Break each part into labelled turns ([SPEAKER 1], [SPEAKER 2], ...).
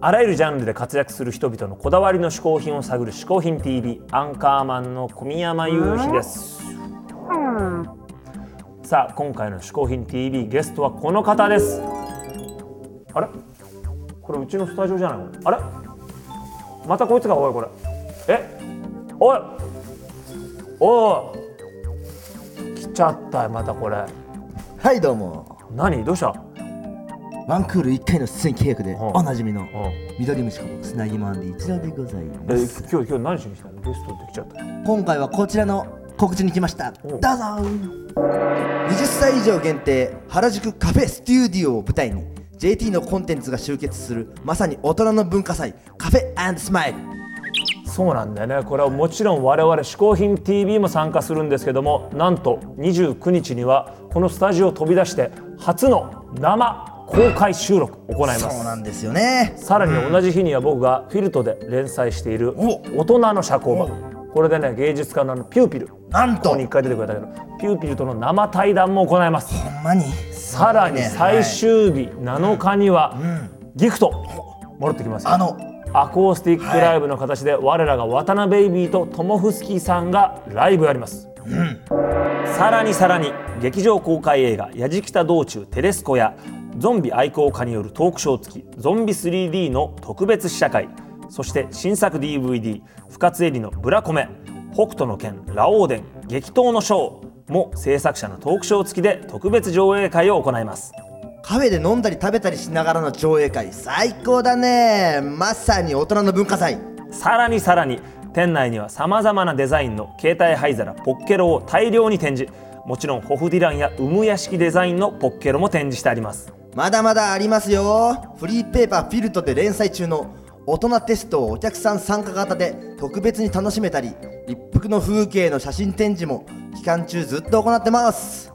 [SPEAKER 1] あらゆるジャンルで活躍する人々のこだわりの嗜好品を探る「嗜好品 TV」アンカーマンの小宮山雄飛です、さあ今回の「嗜好品 TV」ゲストはこの方ですあれこれうちのスタジオじゃないのあれまたこいつかおいこれえおいおい来ちゃったよまたこれ
[SPEAKER 2] はいどうも
[SPEAKER 1] 何どうした
[SPEAKER 2] ワンクール1回の出演契約で
[SPEAKER 1] ん
[SPEAKER 2] おなじみの
[SPEAKER 1] う
[SPEAKER 2] 緑虫ことつなぎマンディ一郎でございま
[SPEAKER 1] え
[SPEAKER 2] す
[SPEAKER 1] 今日今日何しに来たのゲストできちゃったよ
[SPEAKER 2] 今回はこちらの告知に来ましたど
[SPEAKER 1] お
[SPEAKER 2] うぞ20歳以上限定原宿カフェステューディオを舞台に JT のコンテンツが集結するまさに大人の文化祭カフェスマイル
[SPEAKER 1] そうなんだよねこれはもちろん我々「嗜好品 TV」も参加するんですけどもなんと29日にはこのスタジオを飛び出して初の生公開収録を行いま
[SPEAKER 2] そう
[SPEAKER 1] す
[SPEAKER 2] なんですよね
[SPEAKER 1] さらに同じ日には僕がフィルトで連載している「大人の社交場」これでね芸術家のあのピューピルこ
[SPEAKER 2] なんと
[SPEAKER 1] こに一
[SPEAKER 2] ほ
[SPEAKER 1] 回出てくれたけどピューピルとの生対談も行います
[SPEAKER 2] んまに
[SPEAKER 1] さらに
[SPEAKER 2] ね
[SPEAKER 1] 最終日7日にはギフト戻ってきますよ
[SPEAKER 2] あの
[SPEAKER 1] アコースティックライブの形で我らが渡辺ベイビーとトモフスキーさんがライブやります、さらにさらに劇場公開映画「やじきた道中テレスコ」やゾンビ愛好家によるトークショー付き「ゾンビ 3D」の特別試写会そして新作 DVD「深津絵里のブラコメ」「北斗の拳ラオウデン激闘のショー」も制作者のトークショー付きで特別上映会を行います
[SPEAKER 2] カフェで飲んだり食べたりしながらの上映会最高だねまさに大人の文化祭
[SPEAKER 1] さらにさらに店内にはさまざまなデザインの携帯灰皿ポッケロを大量に展示もちろんホフディランやウムヤ式デザインのポッケロも展示してあります
[SPEAKER 2] まだまだありますよフリーペーパーフィルトで連載中の大人テストをお客さん参加型で特別に楽しめたり一服の風景の写真展示も期間中ずっと行ってます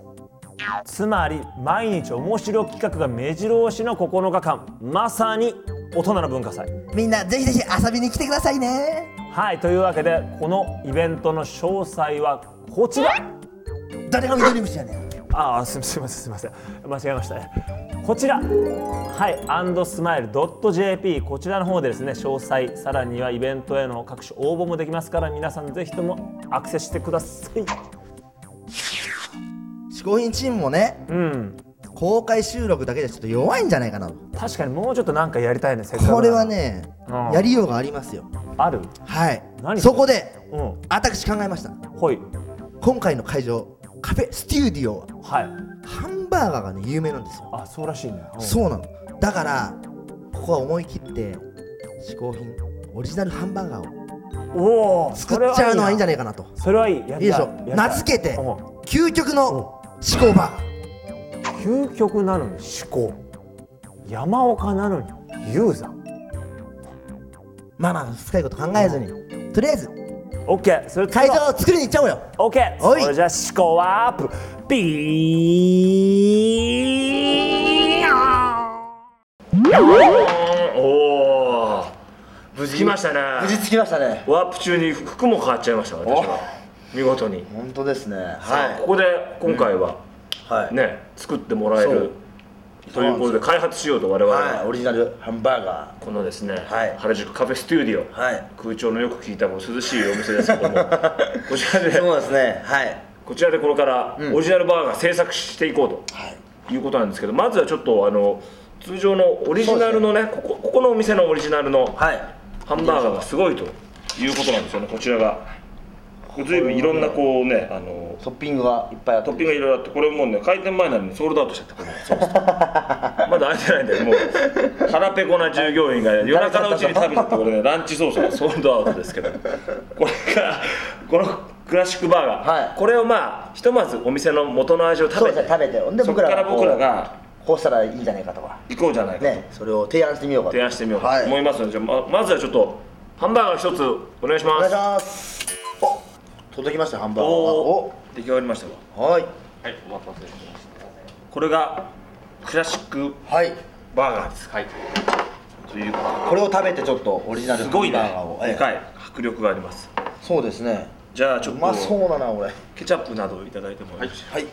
[SPEAKER 1] つまり毎日面白企画が目白押しの9日間まさに大人の文化祭
[SPEAKER 2] みんなぜひぜひ遊びに来てくださいね
[SPEAKER 1] はいというわけでこのイベントの詳細はこちら
[SPEAKER 2] 誰が緑虫やねん
[SPEAKER 1] ああすみすみませんすみません間違えましたねこちらはいアンドスマイル .jp こちらの方でですね詳細さらにはイベントへの各種応募もできますから皆さんぜひともアクセスしてください
[SPEAKER 2] 嗜好品チームもね
[SPEAKER 1] うん
[SPEAKER 2] 公開収録だけでちょっと弱いんじゃないかな
[SPEAKER 1] 確かにもうちょっとなんかやりたいねせっかくなら
[SPEAKER 2] これはね
[SPEAKER 1] うん
[SPEAKER 2] やりようがありますよ
[SPEAKER 1] ある
[SPEAKER 2] はい
[SPEAKER 1] 何
[SPEAKER 2] そこで
[SPEAKER 1] うん
[SPEAKER 2] 私考えました
[SPEAKER 1] ほい
[SPEAKER 2] 今回の会場カフェステューディオは
[SPEAKER 1] はい
[SPEAKER 2] ハンバーガーがね有名なんですよ
[SPEAKER 1] あそうらしいね、うん
[SPEAKER 2] そうなのだからここは思い切って嗜好品オリジナルハンバーガーを
[SPEAKER 1] おお
[SPEAKER 2] 作っちゃうのはいいんじゃ
[SPEAKER 1] ない
[SPEAKER 2] ないかなと
[SPEAKER 1] それはいいや
[SPEAKER 2] いいでしょ名付けて
[SPEAKER 1] うん
[SPEAKER 2] 究極の思考バ
[SPEAKER 1] 究極なのに思考山岡なのにユーザー
[SPEAKER 2] ーまあまあ深いこと考えずにとりあえず
[SPEAKER 1] オッケーそれ
[SPEAKER 2] 会場を作りに行っちゃおうよ
[SPEAKER 1] オッケー。そ
[SPEAKER 2] はい
[SPEAKER 1] れじゃあ思考はアップ。ピー。おお。無事来ましたね。
[SPEAKER 2] 着きましたね
[SPEAKER 1] ワープ中に服も変わっちゃいました。私は見事に。
[SPEAKER 2] 本当ですね
[SPEAKER 1] さあここで今回は
[SPEAKER 2] は
[SPEAKER 1] ね作ってもらえるということで開発しようと我々は
[SPEAKER 2] オリジナルハンバーガ
[SPEAKER 1] このですね
[SPEAKER 2] はい
[SPEAKER 1] 原宿カフェステューディオ
[SPEAKER 2] はい
[SPEAKER 1] 空調のよく聞いたもう涼しいお店ですけどもこちらで
[SPEAKER 2] うですねはい
[SPEAKER 1] こちらでこれからオリジナルバーガー制作していこうと、い、うことなんですけどまずはちょっとあの通常のオリジナルのねここここのお店のオリジナルのハ
[SPEAKER 2] はい
[SPEAKER 1] ンバーガーがすごいということなんですよねこちらがこれ随分いろんなこうねあの
[SPEAKER 2] トッピングがいっぱいあっ
[SPEAKER 1] トッピングがいろいろあってこれもうね開店前なのにソールドアウトしちゃって これまだ開いてないんでもう腹ペコな従業員が夜中のうちに食べちゃってこれねランチソースがソールドアウトですけどこれがこのクラシックバーガー、
[SPEAKER 2] はい
[SPEAKER 1] これをまあひとまずお店の元の味を食
[SPEAKER 2] そう
[SPEAKER 1] べて
[SPEAKER 2] ですね食べてほんで
[SPEAKER 1] そこ
[SPEAKER 2] 僕
[SPEAKER 1] からら
[SPEAKER 2] こう
[SPEAKER 1] 僕らが
[SPEAKER 2] こうしたらいいんじゃないかとか
[SPEAKER 1] 行こうじゃないかと、
[SPEAKER 2] ねそれを提案してみようかと
[SPEAKER 1] 提案してみようかと思いますので、じゃあままずはちょっとハンバーガー一つお願いし
[SPEAKER 2] お
[SPEAKER 1] ま
[SPEAKER 2] 願い
[SPEAKER 1] す
[SPEAKER 2] しますお届きましたハンバーガー
[SPEAKER 1] おー出来上がりましたわ
[SPEAKER 2] おはい
[SPEAKER 1] はいお待たせしましたこれがクラシック
[SPEAKER 2] はい
[SPEAKER 1] バーガーですはいということで
[SPEAKER 2] これを食べてちょっとオリジナ
[SPEAKER 1] す
[SPEAKER 2] ルハンバ
[SPEAKER 1] ごい
[SPEAKER 2] ー
[SPEAKER 1] ね
[SPEAKER 2] ガーを、ええ
[SPEAKER 1] でかい迫力があります
[SPEAKER 2] そうですね
[SPEAKER 1] じゃあちょ
[SPEAKER 2] う
[SPEAKER 1] っ
[SPEAKER 2] まそう
[SPEAKER 1] と
[SPEAKER 2] だな俺
[SPEAKER 1] ケチャップなどをいただいてもよろしい
[SPEAKER 2] はい
[SPEAKER 3] こ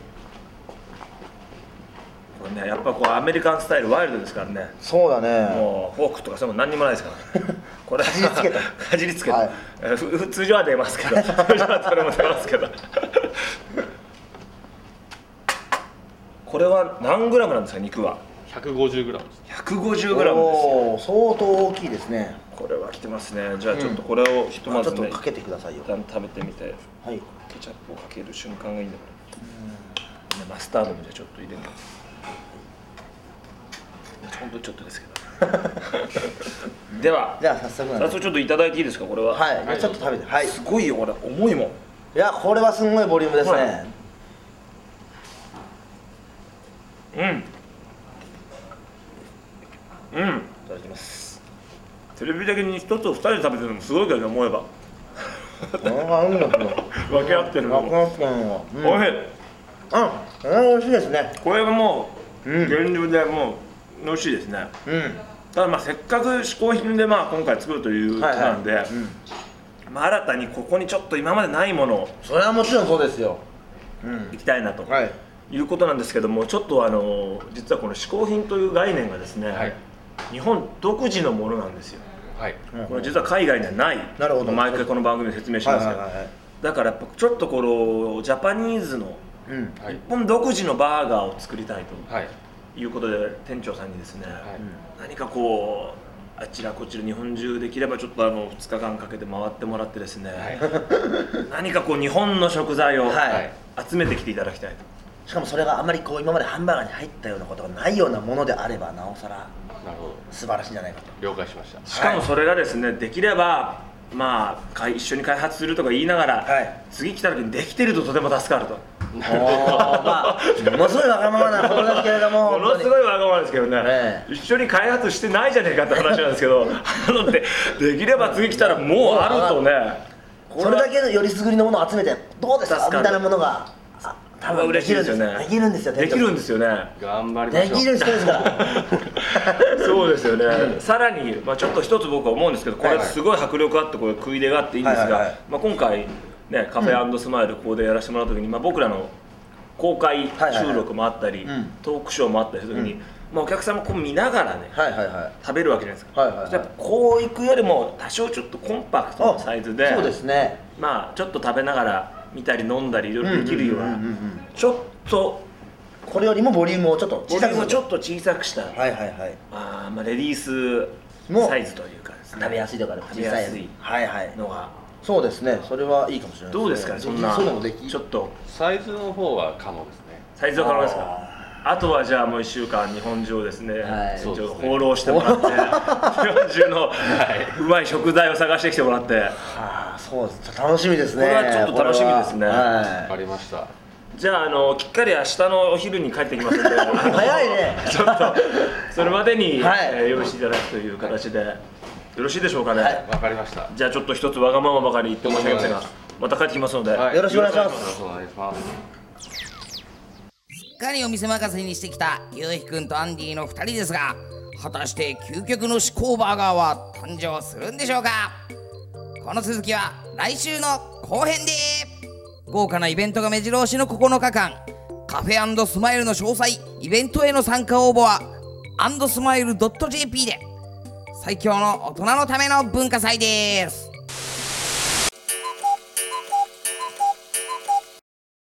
[SPEAKER 3] れねやっぱこうアメリカンスタイルワイルドですからね
[SPEAKER 2] そうだね
[SPEAKER 3] もうフォークとかそういうの何にもないですから ねこれ
[SPEAKER 2] かじりつけた
[SPEAKER 3] かじりつけた、
[SPEAKER 2] はい
[SPEAKER 3] えーふふ通常は出ますけど通常はそれも出ますけどこれは何グラムなんですか肉は
[SPEAKER 4] 150g です
[SPEAKER 3] 150グラムですよ
[SPEAKER 2] おお相当大きいですね
[SPEAKER 3] これは来てますねじゃあちょっとこれをひとま
[SPEAKER 2] ちょ
[SPEAKER 3] ず
[SPEAKER 2] っ
[SPEAKER 3] ね、
[SPEAKER 2] とかけてくださいよ
[SPEAKER 3] 一旦食べてみて
[SPEAKER 2] はい
[SPEAKER 3] ケチャップをかける瞬間がいいんだから、ねマスタードもじゃあちょっと入れますいやほんとちょっとで すけどでは
[SPEAKER 2] じゃあ早速なんで
[SPEAKER 3] 早速ちょっといただいていいですかこれは
[SPEAKER 2] はいじゃあちょっと食べてはい
[SPEAKER 3] すごいよこれ重いもん
[SPEAKER 2] いやこれはすごいボリュームです
[SPEAKER 3] は
[SPEAKER 2] ね
[SPEAKER 3] うんうん
[SPEAKER 2] いただきます
[SPEAKER 3] テレビ的に一つを二人で食べてるのもすごいけどね思えば
[SPEAKER 2] あうんだけど
[SPEAKER 3] 分け合ってるの
[SPEAKER 2] なく
[SPEAKER 3] も
[SPEAKER 2] なったのうん
[SPEAKER 3] おいしい
[SPEAKER 2] うんこれは美味しいですね
[SPEAKER 3] これはもう
[SPEAKER 2] うん
[SPEAKER 3] 原料でもう美味しいですね
[SPEAKER 2] うん
[SPEAKER 3] ただまあせっかく嗜好品でまあ今回作るということなんで、
[SPEAKER 2] うん
[SPEAKER 3] まあ、新たにここにちょっと今までないものを
[SPEAKER 2] それはもちろんそうですようん
[SPEAKER 3] いきたいなと
[SPEAKER 2] はい
[SPEAKER 3] いうことなんですけどもちょっとあの実はこの嗜好品という概念がですね、
[SPEAKER 4] はい
[SPEAKER 3] 日本独自のものなんですよ
[SPEAKER 4] はい
[SPEAKER 3] これ実は海外にはない
[SPEAKER 2] なるほど
[SPEAKER 3] 毎回この番組で説明しますけど、
[SPEAKER 2] はいはいはいはい
[SPEAKER 3] だからやっぱちょっとこのジャパニーズの
[SPEAKER 2] うん
[SPEAKER 4] はい
[SPEAKER 3] 日本独自のバーガーを作りたい
[SPEAKER 4] はい
[SPEAKER 3] ということで店長さんにですね、
[SPEAKER 4] はい
[SPEAKER 3] 何かこうあちらこちら日本中できればちょっとあの2日間かけて回ってもらってですね、何かこう日本の食材を
[SPEAKER 2] はい
[SPEAKER 4] はい
[SPEAKER 3] 集めてきていただきたいと、
[SPEAKER 2] しかもそれがあまりこう今までハンバーガーに入ったようなことがないようなものであればなおさら
[SPEAKER 4] なるほど
[SPEAKER 2] 素晴らしいんじゃないかと
[SPEAKER 4] 了解しました
[SPEAKER 3] しかもそれがですねできればまあかい一緒に開発するとか言いながら、
[SPEAKER 2] はい
[SPEAKER 3] 次来た時にできてるととても助かると
[SPEAKER 2] おーまあものすごいわがままなことですけれども
[SPEAKER 3] ものすご
[SPEAKER 2] い
[SPEAKER 3] いわがままですけどね、
[SPEAKER 2] え
[SPEAKER 3] 一緒に開発してないじゃねえかって話なんですけど あのでできれば次来たらもうあるとね
[SPEAKER 2] それだけのよりすぐりのものを集めてどうですか
[SPEAKER 3] 助かる
[SPEAKER 2] みたいなものがあ多
[SPEAKER 3] 多分
[SPEAKER 2] 分で
[SPEAKER 3] 嬉
[SPEAKER 2] き
[SPEAKER 3] しい
[SPEAKER 2] る
[SPEAKER 3] で
[SPEAKER 2] ん
[SPEAKER 3] す
[SPEAKER 2] です
[SPEAKER 3] よね
[SPEAKER 2] できるんですよ
[SPEAKER 3] できるん
[SPEAKER 2] で
[SPEAKER 3] ですよね
[SPEAKER 4] 頑張りま
[SPEAKER 2] で
[SPEAKER 4] しょう
[SPEAKER 2] きる人ですから
[SPEAKER 3] そうですよね、さらに、まあ、ちょっと一つ僕は思うんですけどこ
[SPEAKER 2] はい
[SPEAKER 3] れ
[SPEAKER 2] はい
[SPEAKER 3] すごい迫力あってこれ食い出があっていいんです
[SPEAKER 2] はいはいは
[SPEAKER 3] が
[SPEAKER 2] い
[SPEAKER 3] まあ今回ねカフェスマイルここでやらせてもらった時に、まあ、僕らの公開
[SPEAKER 2] はいはい
[SPEAKER 3] 収録もあったり、
[SPEAKER 2] うん
[SPEAKER 3] トークショーもあったりする時に、まあ、お客さんもこう見ながらね
[SPEAKER 2] はいはいはい
[SPEAKER 3] 食べるわけじゃないですか、
[SPEAKER 2] はいはいはい
[SPEAKER 3] やっぱこういくよりも多少ちょっとコンパクトなサイズで
[SPEAKER 2] そうですね
[SPEAKER 3] まあちょっと食べながら見たり飲んだりいろいろできるような
[SPEAKER 2] うんうんうんうんうん
[SPEAKER 3] ちょっと
[SPEAKER 2] これよりもボリュームをちょっと小
[SPEAKER 3] ボリ
[SPEAKER 2] さ
[SPEAKER 3] ュ
[SPEAKER 2] くす
[SPEAKER 3] ームを
[SPEAKER 2] る
[SPEAKER 3] ちょっと小さくした、
[SPEAKER 2] はいはいはい
[SPEAKER 3] あーまあレディース
[SPEAKER 2] もう
[SPEAKER 3] サイズというかですね
[SPEAKER 2] 食べやすいとかでも小
[SPEAKER 3] 食べ
[SPEAKER 2] さい
[SPEAKER 3] や
[SPEAKER 2] やつ
[SPEAKER 3] すい
[SPEAKER 2] はいはい
[SPEAKER 3] のが
[SPEAKER 2] そうですねそれはいいかもしれないですね
[SPEAKER 3] どうですかねそんな
[SPEAKER 2] そういうのもでき
[SPEAKER 3] ちょっと
[SPEAKER 4] サイズの方は可能ですね
[SPEAKER 3] サイズは変わりますかあとはじゃあもう1週間日本中をです
[SPEAKER 2] は
[SPEAKER 3] ね、
[SPEAKER 2] い
[SPEAKER 3] 店長
[SPEAKER 4] そうですね
[SPEAKER 3] 放浪してもらって日本中のうまい食材を探してきてもらって
[SPEAKER 2] ああそうです楽しみですね
[SPEAKER 3] これはちょっと楽しみですね
[SPEAKER 2] これ
[SPEAKER 4] わ
[SPEAKER 2] は
[SPEAKER 4] かりました
[SPEAKER 3] じゃああのきっかり明日のお昼に帰ってきますの で
[SPEAKER 2] 早いね
[SPEAKER 3] あのちょっとそれまでに、
[SPEAKER 2] はい
[SPEAKER 3] えー用意していただくという形で、よろしいでしょうかね、
[SPEAKER 2] はい
[SPEAKER 4] わかりました
[SPEAKER 3] じゃあちょっと一つわがままばかり言って申し訳ませんがまた帰ってきますので、
[SPEAKER 4] はい
[SPEAKER 2] よろしくお願いします
[SPEAKER 4] よろくお願いします
[SPEAKER 5] すっかりお店任せにしてきたゆうひくんとアンディの2人ですが果たして究極の至高バーガーは誕生するんでしょうかこの続きは来週の後編で豪華なイベントが目白押しの9日間カフェスマイルの詳細イベントへの参加応募はスマイル .jp で最強の大人のための文化祭です